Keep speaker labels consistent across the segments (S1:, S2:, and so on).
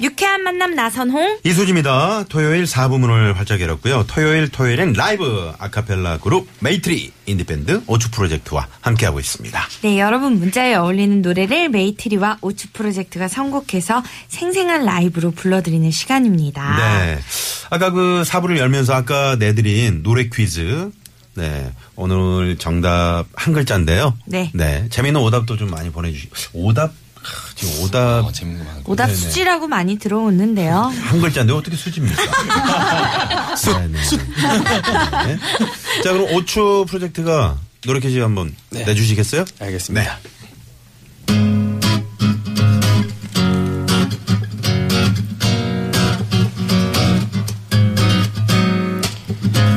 S1: 유쾌한 만남 나선홍.
S2: 이수지입니다. 토요일 4부 문을 활짝 열었고요. 토요일 토요일엔 라이브 아카펠라 그룹 메이트리 인디밴드 오추 프로젝트와 함께하고 있습니다.
S1: 네, 여러분 문자에 어울리는 노래를 메이트리와 오츠 프로젝트가 선곡해서 생생한 라이브로 불러드리는 시간입니다.
S2: 네. 아까 그 4부를 열면서 아까 내드린 노래 퀴즈. 네. 오늘 정답 한 글자인데요.
S1: 네.
S2: 재미있는 오답도 좀 많이 보내주시고. 오답? 하, 지금 오답
S3: 어, 재밌는 거 많고.
S1: 오답
S2: 네네.
S1: 수지라고 많이 들어오는데요.
S2: 한 글자인데 어떻게 수집입니까? 네, 네, 네. 네. 자, 그럼 오추 프로젝트가 노래 퀴즈 한번
S3: 네.
S2: 내주시겠어요?
S3: 알겠습니다.
S2: 네.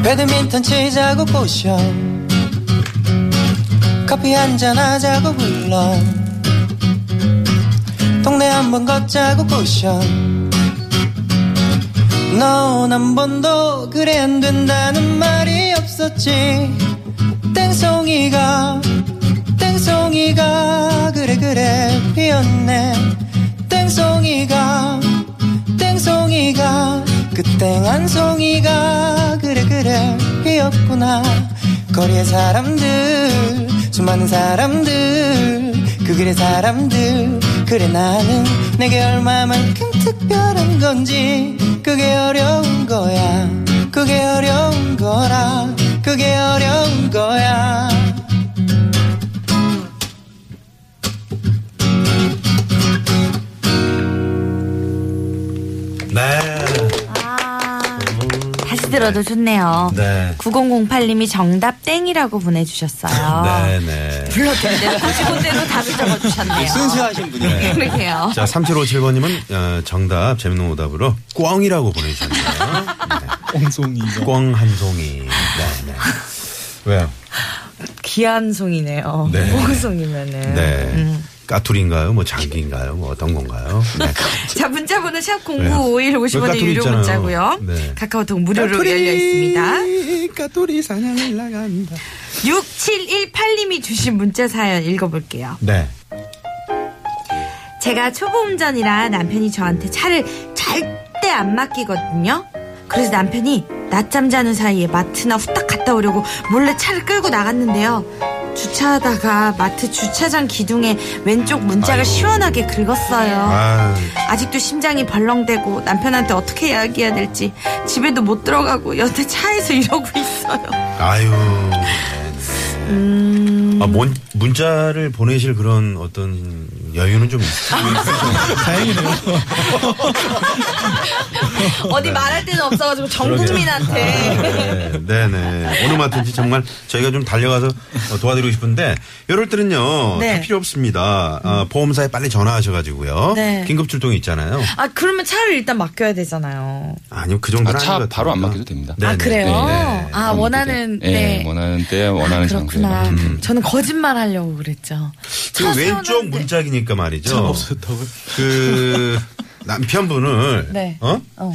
S4: 배드민턴 치자고 보셔 커피 한잔 하자고 불러 동네 한번 걷자고 보셔 넌 한 번도 그래 안 된다는 말이 없었지 땡송이가 땡송이가 그래 그래 피었네 땡송이가 땡송이가 그땐 안송이가 그래 그래 피었구나 거리의 사람들 수많은 사람들 그 길의 사람들 그래 나는 내게 얼마만큼 특별한 건지 그게 어려운 거야 그게 어려운 거라 그게 어려운 거야
S2: 네.
S1: 다시 들어도 좋네요.
S2: 네.
S1: 9008님이 정답 땡이라고 보내주셨어요.
S2: 네네.
S1: 불러드는데 고지고대로 답을 적어주셨네요.
S3: 순수하신 분이에요.
S1: 그러게요.
S2: 자, 3757번님은 어, 정답, 재밌는 오답으로 꽝이라고 보내주셨네요.
S3: 엉송이가.
S2: 꽝 한송이. 네네. 왜요?
S1: 귀한 송이네요.
S2: 네.
S1: 뽕송이면은.
S2: 네.
S1: 음.
S2: 까투리인가요? 뭐 장기인가요? 뭐 어떤 건가요? 네.
S1: 자, 문자번호 샵 0951 50원의
S2: 까투리
S1: 유료
S2: 네. 있잖아요.
S1: 문자고요.
S2: 네.
S1: 카카오톡 무료로 열려 있습니다.
S2: 까투리 사냥을 나간다.
S1: 6718님이 주신 문자 사연 읽어볼게요.
S2: 네.
S1: 제가 초보 운전이라 남편이 저한테 차를 절대 안 맡기거든요. 그래서 남편이 낮잠 자는 사이에 마트나 후딱 갔다 오려고 몰래 차를 끌고 나갔는데요. 주차하다가 마트 주차장 기둥에 왼쪽 문자가 시원하게 긁었어요.
S2: 아,
S1: 아직도 심장이 벌렁대고 남편한테 어떻게 이야기해야 될지 집에도 못 들어가고 여태 차에서 이러고 있어요.
S2: 아유. 네, 네네.
S1: 음.
S2: 아, 문, 문자를 보내실 그런 어떤 여유는 좀 있어요.
S1: 어디 말할 데는 없어가지고 전 국민한테.
S2: 네, 네, 네. 어느 마트인지 정말 저희가 좀 달려가서 어, 도와드리고 싶은데 이럴 때는요
S1: 네.
S2: 다 필요 없습니다. 아, 보험사에 빨리 전화하셔가지고요.
S1: 네.
S2: 긴급 출동 있잖아요.
S1: 아 그러면 차를 일단 맡겨야 되잖아요.
S2: 아니요 그 정도는
S3: 아, 차
S2: 아닌 것
S3: 바로 안
S2: 같습니다.
S3: 맡겨도 됩니다.
S2: 네,
S1: 아
S2: 네.
S1: 그래요?
S3: 네.
S1: 아 원하는
S3: 네,
S1: 네. 아,
S3: 원하는 때, 원하는 장소에.
S1: 그렇구나.
S3: 맞춰서.
S1: 저는 거짓말 하려고 그랬죠.
S2: 그
S1: 차
S2: 왼쪽
S1: 세워놨는데.
S2: 문짝이니까 말이죠. 참 없었다고요? 그 남편분을
S1: 네.
S2: 어?
S1: 어.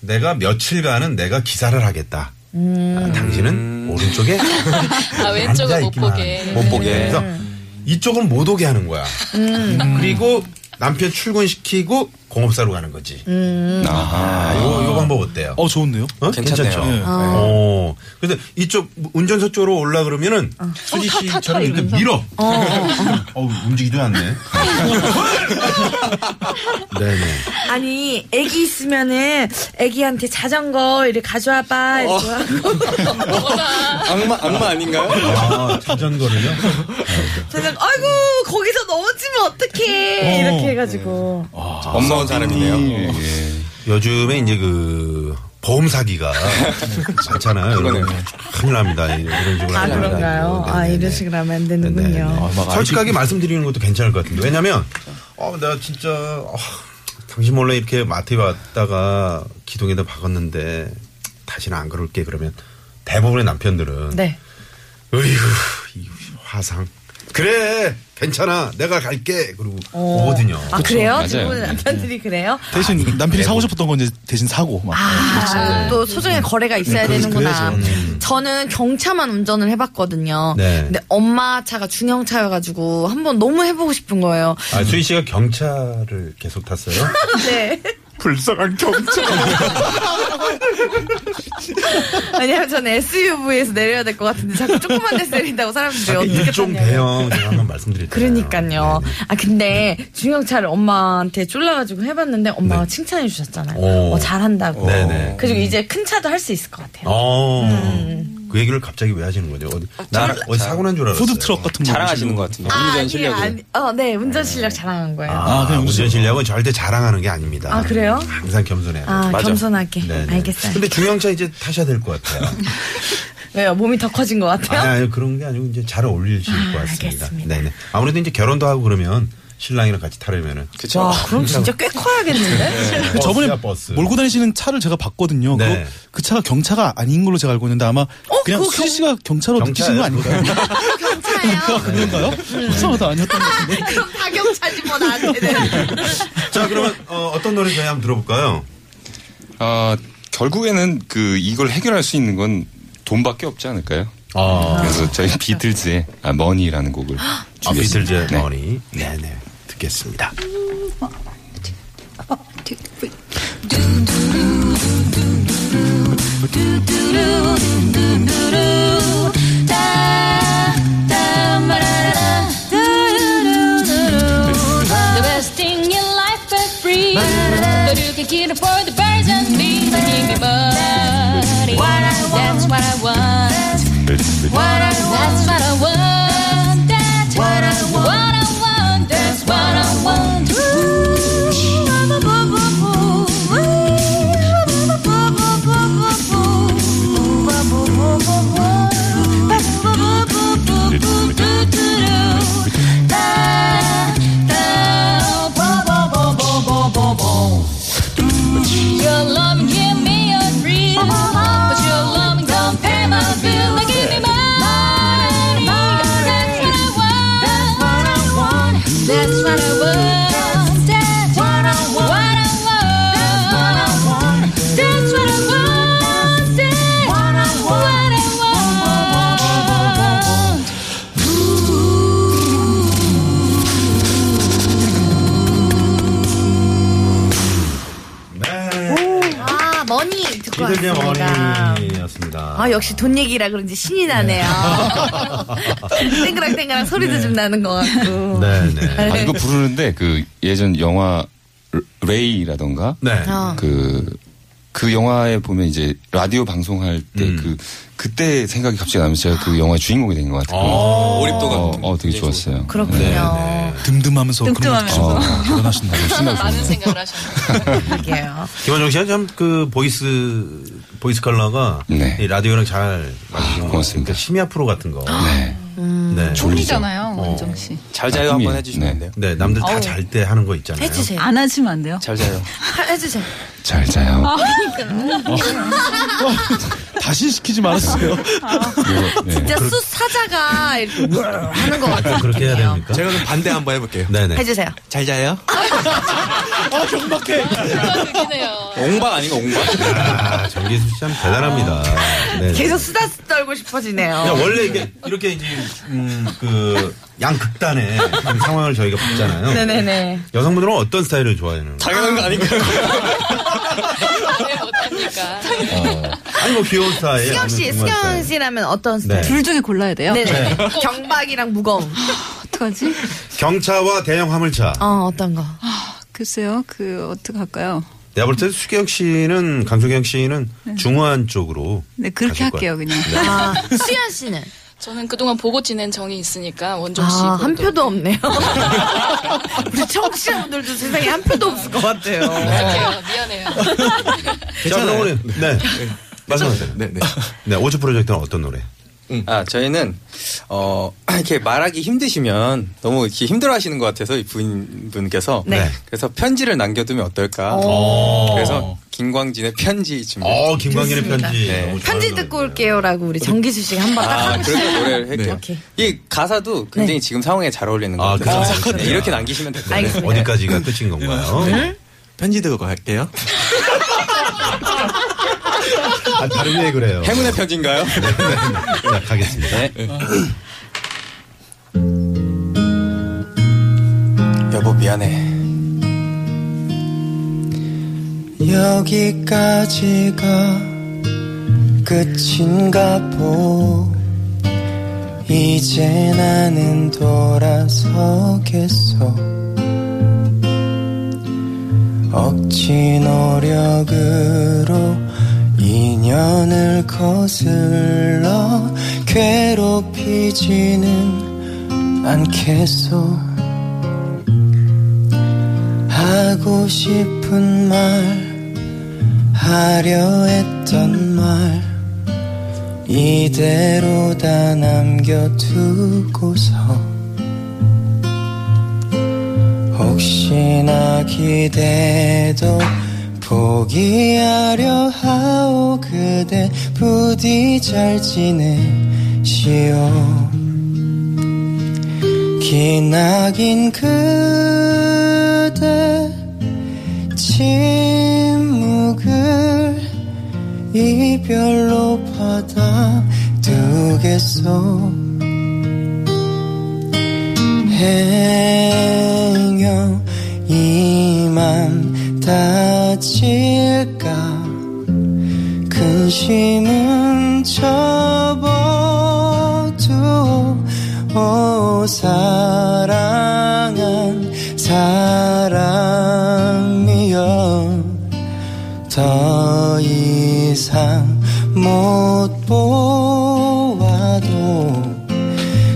S2: 내가 며칠간은 내가 기사를 하겠다. 아, 당신은 오른쪽에 아, 왼쪽을 못 보게 네. 못 보게 그래서 이쪽은 못 오게 하는 거야. 음. 그리고 남편 출근시키고 공업사로 가는 거지. 아,
S3: 아하.
S2: 요, 요 방법 어때요?
S5: 어 좋은데요?
S2: 어?
S3: 괜찮네요.
S2: 괜찮죠?
S5: 네.
S2: 어. 근데 이쪽 운전석 쪽으로 올라 그러면은 수지 씨처럼 이렇게 밀어. 어, 움직이도 않네. 네네.
S1: 아니 애기 있으면은 애기한테 자전거 이렇게 가져와봐. 이렇게 하고
S3: 악마, 악마 아닌가요?
S2: 아, 자전거를요?
S1: 자전거 아이고 거기서 넘어지면 어떡해 이렇게 해가지고.
S3: 아, 엄마온 사람이네요. 예. 음,
S2: 요즘에 이제 그 보험 사기가 많잖아요. 이런 거 큰일 납니다. 이런 식으로.
S1: 아
S2: 하면 안
S1: 그런가요?
S2: 되고.
S1: 아
S2: 어, 네, 네네네.
S1: 이런 식으로 하면 안 되는군요.
S2: 네네.
S5: 막
S2: 솔직하게 말씀드리는 것도 괜찮을 것 같은데. 왜냐면, 어, 내가 진짜, 어, 당신 몰래 이렇게 마트에 왔다가 기둥에다 박았는데, 다 다시는 안 그럴게 그러면 대부분의 남편들은
S6: 네.
S2: 으이구 이 화상 그래 괜찮아 내가 갈게 그러고
S1: 어.
S2: 오거든요.
S6: 아 그래요?
S3: 맞아요.
S6: 대부분
S3: 네.
S6: 남편들이 그래요?
S7: 대신 남편이 사고 싶었던 건 이제 대신 사고 막.
S6: 아, 또 소중한 거래가 있어야
S7: 그래서
S6: 되는구나.
S7: 그래야죠.
S6: 저는 경차만 운전을 해봤거든요.
S2: 네.
S6: 근데 엄마 차가 중형차여가지고 한번 너무 해보고 싶은 거예요.
S2: 아, 수희 씨가 경차를 계속 탔어요?
S6: 네.
S7: 불쌍한 경찰.
S6: 왜냐면 저는 SUV에서 내려야 될 것 같은데 자꾸 조그만 데서 내린다고 사람들이
S2: 아까
S6: 어떻게
S2: 일종
S1: 네.
S6: 탔냐고.
S2: 대형 제가 한번 말씀드렸잖아요.
S6: 그러니까요.
S2: 네, 네.
S6: 아 근데 중형차를 엄마한테 쫄라가지고 해봤는데 엄마가
S2: 네.
S6: 칭찬해 주셨잖아요.
S2: 오.
S6: 어, 잘한다고.
S2: 네네.
S6: 그리고 이제 큰 차도 할 수 있을 것 같아요.
S2: 어. 그 얘기를 갑자기 왜 하시는 거죠? 어디, 나 어디 사고 난 줄 알았어요.
S7: 푸드 트럭 같은 거.
S3: 자랑하시는
S7: 보시고.
S3: 것 같은데. 운전 실력이.
S6: 아니, 어, 네, 운전 실력 자랑한 거예요. 아,
S2: 아,
S7: 아, 그냥
S2: 운전 실력은 절대 자랑하는 게 아닙니다.
S6: 아, 그래요?
S2: 항상 겸손해요.
S3: 맞아.
S6: 겸손하게.
S2: 네네.
S6: 알겠어요.
S2: 근데 중형차 이제 타셔야 될 것 같아요.
S6: 왜요? 몸이 더 커진 것
S2: 아니,
S6: 같아요?
S2: 아니, 그런 게 아니고 이제 잘 어울리실
S6: 아,
S2: 것 같습니다.
S6: 알겠습니다.
S2: 네네. 아무래도 이제 결혼도 하고 그러면 신랑이랑 같이 타려면은
S7: 네.
S3: 그쵸.
S6: 와, 그럼 진짜 꽤 커야겠는데?
S2: 네.
S7: 그 아, 저번에
S2: 버스야, 버스.
S7: 몰고 다니시는 차를 제가 봤거든요. 그거-
S2: 네.
S7: 그, 차가 경차가 아닌 걸로 제가 알고 있는데 아마 어, 그냥
S6: 그거
S7: 수지 씨가 경차로
S2: 경차예요?
S7: 느끼신 거 아닌가요? 경차요. 네. 그런가요? 수상하다 아니었던 것 같은데.
S6: 그럼 다경차지 뭐 나한테는.
S2: 자, 그러면 어, 떤 노래 저희 한번 들어볼까요?
S3: 아, 결국에는 그 이걸 해결할 수 있는 건 돈밖에 없지 않을까요?
S2: 아,
S3: 그래서 저희 비틀즈의 아, 머니라는 곡을
S2: 아 비틀즈의
S3: 네.
S2: 머니. 네네. 듣겠습니다.
S1: The best thing in life is free. But you can get it for the birds and bees. Give me money. That's what I want.
S3: 음, 네.
S1: What I want. That's what I want. That's what I want. What I want. That's what I want. Your loving give me a thrill, but your loving don't pay my bill. Now give me money, that's what I want. That's what I want. That's what I want. That's what I want. That's what I want. That's what I want. That's what I want.
S2: 네.
S6: 아, 머니 듣고
S2: 비틀즈의
S6: 왔습니다.
S2: 머니였습니다.
S6: 아, 역시 돈 얘기라 그런지 신이 나네요. 땡그랑땡그랑 소리도 좀 나는 것 같고.
S2: 네네.
S3: 아, 이거 부르는데 그 예전 영화 레이라던가
S2: 네.
S8: 아.
S6: 어.
S3: 그, 그 영화에 보면 이제 라디오 방송할 때 그, 그때 생각이 갑자기 나면서 제가 그 영화의 주인공이 된 것 같아요.
S2: 몰입도가
S3: 어, 어, 되게 좋았어요. 네.
S6: 그렇군요.
S7: 듬듬하면서 그런 거
S3: 어,
S7: 아, 결혼하신다고.
S3: 신나고
S8: 많은 생각을 하셨네요.
S6: 그러게요.
S2: 김원정 씨가 참 그 보이스 보이스 컬러가
S3: 네.
S2: 이 라디오랑 잘 맞으신 것
S3: 고맙습니다.
S2: 같아요. 심야 프로 같은 거.
S3: 네.
S2: 네.
S8: 꿈이잖아요,
S3: 어.
S8: 원정 씨.
S3: 잘 자요 한번 해주시면 돼요.
S2: 네, 남들 다 잘 때 하는 거 있잖아요.
S6: 해주세요.
S8: 안 하시면 안 돼요?
S3: 잘 자요.
S6: 하- 해주세요.
S3: 네. 잘 자요.
S8: 아.
S7: 다시 시키지 아, 말았어요.
S3: 그리고, 네.
S6: 진짜 수 사자가 이렇게 하는 것 같아요.
S2: 꼭 네, 그렇게 해야 됩니까?
S3: 제가 그럼 반대 한번 해볼게요.
S2: 네네.
S6: 해주세요.
S3: 잘 자요?
S7: 아,
S8: 그러네요.
S3: 옹박 아닌가, 옹박?
S2: 아, 정기수 씨 참 대단합니다. 네.
S6: 어. 계속 수다 떨고 싶어지네요.
S2: 그냥 원래 이게 이렇게 이제 음그 양극단의 그 상황을 저희가 봤잖아요.
S6: 네네네.
S2: 여성분들은 어떤 스타일을 좋아하는? 거예요?
S3: 당연한 거 아닌가요?
S8: 왜 못합니까?
S2: 어. 아니 뭐 귀여운 스타일.
S6: 수경 씨,
S2: 아니면 정말
S6: 수경
S2: 스타일.
S6: 씨라면 어떤 스타일?
S2: 네.
S8: 둘 중에 골라야 돼요?
S6: 네. 네. 경박이랑 무거움.
S8: 어떡하지?
S2: 경차와 대형 화물차.
S6: 어, 어떤 거?
S8: 글쎄요, 그, 어떡할까요?
S2: 내가 볼 때 수경 씨는 강소경 씨는 중후한 쪽으로.
S8: 네, 그렇게
S2: 가실 거예요.
S8: 할게요, 그냥.
S6: 아, 수현 씨는?
S9: 저는 그동안 보고 지낸 정이 있으니까 원정 씨.
S6: 아, 한
S9: 그래도.
S6: 표도 없네요. 우리 청취자분들도 세상에 한 표도 없을 것 같아요.
S9: 미안해요, 미안해요.
S2: 자, 그럼 우리 네. 말씀하세요.
S10: 네, 네.
S2: 네, 오즈 프로젝트는 어떤 노래?
S3: 아, 저희는, 어, 이렇게 말하기 힘드시면 너무 이렇게 힘들어 하시는 것 같아서 이 부인분께서.
S6: 네.
S3: 그래서 편지를 남겨두면 어떨까. 그래서
S11: 김광진의 편지 준비.
S2: 어, 김광진의 편지. 너무 좋아요.
S5: 편지 듣고 올게요라고 우리 정기수 씨가 한번 딱
S11: 아,
S5: 하고
S11: 그렇게
S5: 싶어요.
S11: 노래를
S5: 네.
S11: 했고요.
S5: 오케이.
S11: 이 가사도 굉장히 지금 상황에 잘 어울리는 것 같아요.
S2: 그렇죠. 그래요?
S11: 네,
S2: 그래요?
S11: 이렇게 남기시면 될 것 같아요.
S2: 알겠습니다. 네. 어디까지가 끝인 건가요? 네.
S12: 편지 들고 갈게요.
S2: 아, 다른 왜 그래요?
S11: 네. 행운의 편지인가요? 네. 아.
S2: 자, 가겠습니다.
S11: 여보 미안해.
S4: 여기까지가 끝인가 보 이제 나는 돌아서겠어 억지 노력으로 인연을 거슬러 괴롭히지는 않겠어 하고 싶은 말 하려 했던 말 이대로 다 남겨두고서 혹시나 기대도 포기하려 하오 그대 부디 잘 지내시오 기나긴 그대 침묵을 이별로 받아두겠소 행여 이맘 다칠까 그 근심은 접어두오 오, 사랑한 사람이여 더 이상 못 보아도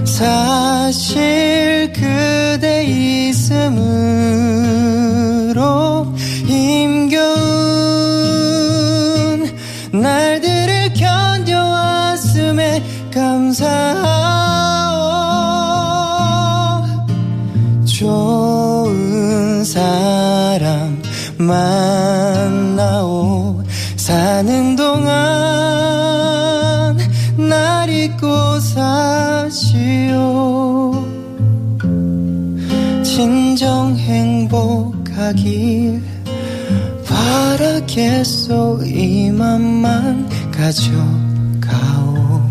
S4: 사실 그대 있음으로 힘겨운 날들을 견뎌왔음에 감사하오 좋은 사람 만나오 사는 동안 날 잊고 사시오 진정 행복하길 바라겠소 이 맘만 가져가오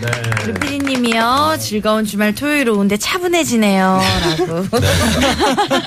S2: 네.
S1: 우리 피디님이요 즐거운 주말 토요일 오는데 차분해지네요라고.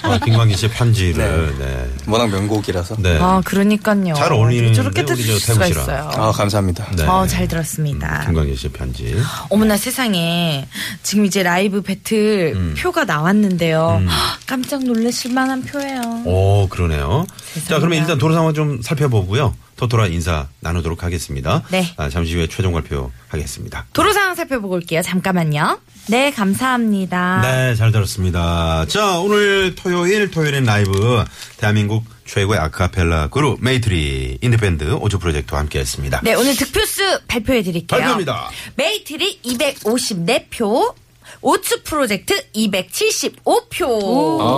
S2: 아, 김광진 씨의 편지를. 네.
S11: 워낙 명곡이라서.
S2: 네.
S1: 아 그러니까요.
S2: 잘 어울리는데,
S1: 저렇게
S2: 우리 저
S1: 뜻을 수가
S2: 태국 씨랑.
S1: 있어요.
S11: 아 감사합니다.
S2: 네. 음,
S1: 어, 잘 들었습니다.
S2: 김광진 씨의 편지.
S1: 어머나 세상에 지금 이제 라이브 배틀
S2: 음.
S1: 표가 나왔는데요.
S2: 음.
S1: 헉, 깜짝 놀라실 만한 표예요.
S2: 오, 그러네요. 자, 그러면 일단 도로 상황 좀 살펴보고요. 토토라 인사 나누도록 하겠습니다.
S1: 네.
S2: 아, 잠시 후에 최종 발표 하겠습니다.
S1: 도로 상황 살펴보고 올게요. 잠깐만요. 네 감사합니다.
S2: 네, 잘 들었습니다. 자, 오늘 토요일, 토요일엔 라이브 대한민국 최고의 아카펠라 그룹 메이트리 인디밴드 오조 프로젝트와 함께 했습니다.
S1: 네, 오늘 득표수 발표해 드릴게요.
S2: 발표합니다.
S1: 메이트리 254표, 오츠 프로젝트 275표.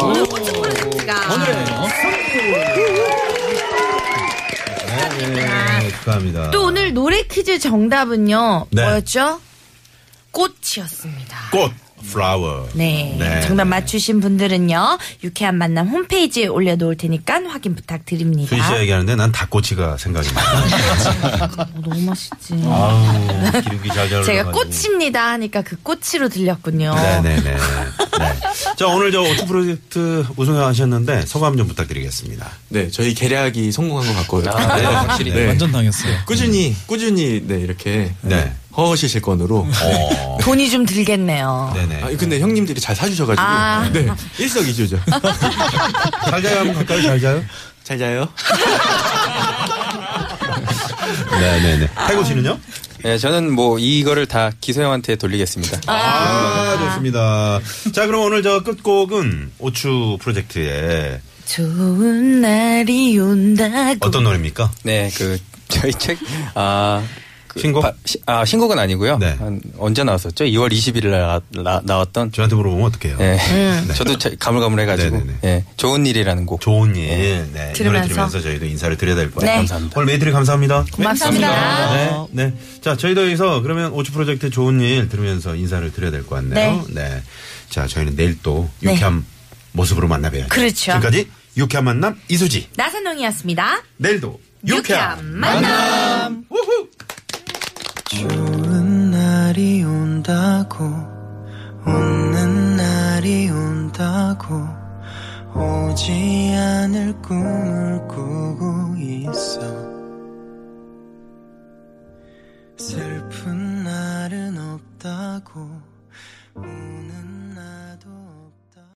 S1: 오늘 오츠 프로젝트가
S2: 네, 네, 축하합니다.
S1: 또 오늘 노래 퀴즈 정답은요.
S2: 네.
S1: 뭐였죠? 꽃이었습니다.
S2: 꽃, 플라워.
S1: 네. 정답 맞추신 분들은요. 유쾌한 만남 홈페이지에 올려놓을 테니까 확인 부탁드립니다.
S2: 수지 씨가 얘기하는데 난 닭꼬치가 생각이 나.
S1: 어, 너무 맛있지.
S2: 아우, 기름기 잘 잘.
S1: 제가
S2: 올라가지고.
S1: 꽃입니다 하니까 그 꽃으로 들렸군요.
S2: 네네네. 네. 자, 오늘 저 오투 프로젝트 우승하셨는데 소감 좀 부탁드리겠습니다.
S12: 네, 저희 계략이 성공한 것 같고요.
S2: 아, 네, 확실히.
S7: 완전 당했어요.
S12: 꾸준히, 꾸준히, 네, 이렇게.
S2: 네.
S12: 허허실 실권으로.
S2: 어.
S1: 돈이 좀 들겠네요.
S2: 네네.
S12: 아, 근데 형님들이 잘 사주셔가지고.
S1: 아.
S12: 네, 일석이조죠.
S2: 잘 자요 하면 가까이 잘 자요?
S12: 잘 자요.
S2: 네네네. 태고 씨는요?
S11: 네, 저는 뭐 이거를 다 기서 형한테 돌리겠습니다.
S2: 아, 좋습니다. 자, 그럼 오늘 저 끝곡은 오추 프로젝트의
S1: 좋은 날이 온다고.
S2: 어떤 노래입니까?
S11: 네, 그 저희 책 아. 신곡? 아, 신곡은 아니고요. 한 언제 나왔었죠? 2월 20일 날 나, 왔던
S2: 저한테 물어보면 어떡해요?
S11: 네.
S2: 음. 네.
S11: 저도 자- 가물가물해가지고.
S12: 네,
S11: 예. 좋은 일이라는 곡.
S2: 좋은 일. 네. 이 노래
S11: 들으면서.
S2: 들으면서 저희도 인사를 드려야 될 거예요.
S11: 네. 감사합니다.
S2: 오늘 메이트리 감사합니다.
S11: 고맙습니다.
S2: 감사합니다. 네. 네. 자, 저희도 여기서 그러면 오츠 프로젝트 좋은 일 들으면서 인사를 드려야 될 것 같네요. 네. 자, 저희는 내일 또
S1: 네.
S2: 유쾌한 모습으로 만나봐야죠.
S1: 그렇죠.
S2: 지금까지 유쾌한 만남 이수지.
S1: 나선홍이었습니다.
S2: 내일도 유쾌한
S1: 만남.
S4: 좋은 날이 온다고 웃는 날이 온다고 오지 않을 꿈을 꾸고 있어 슬픈 날은 없다고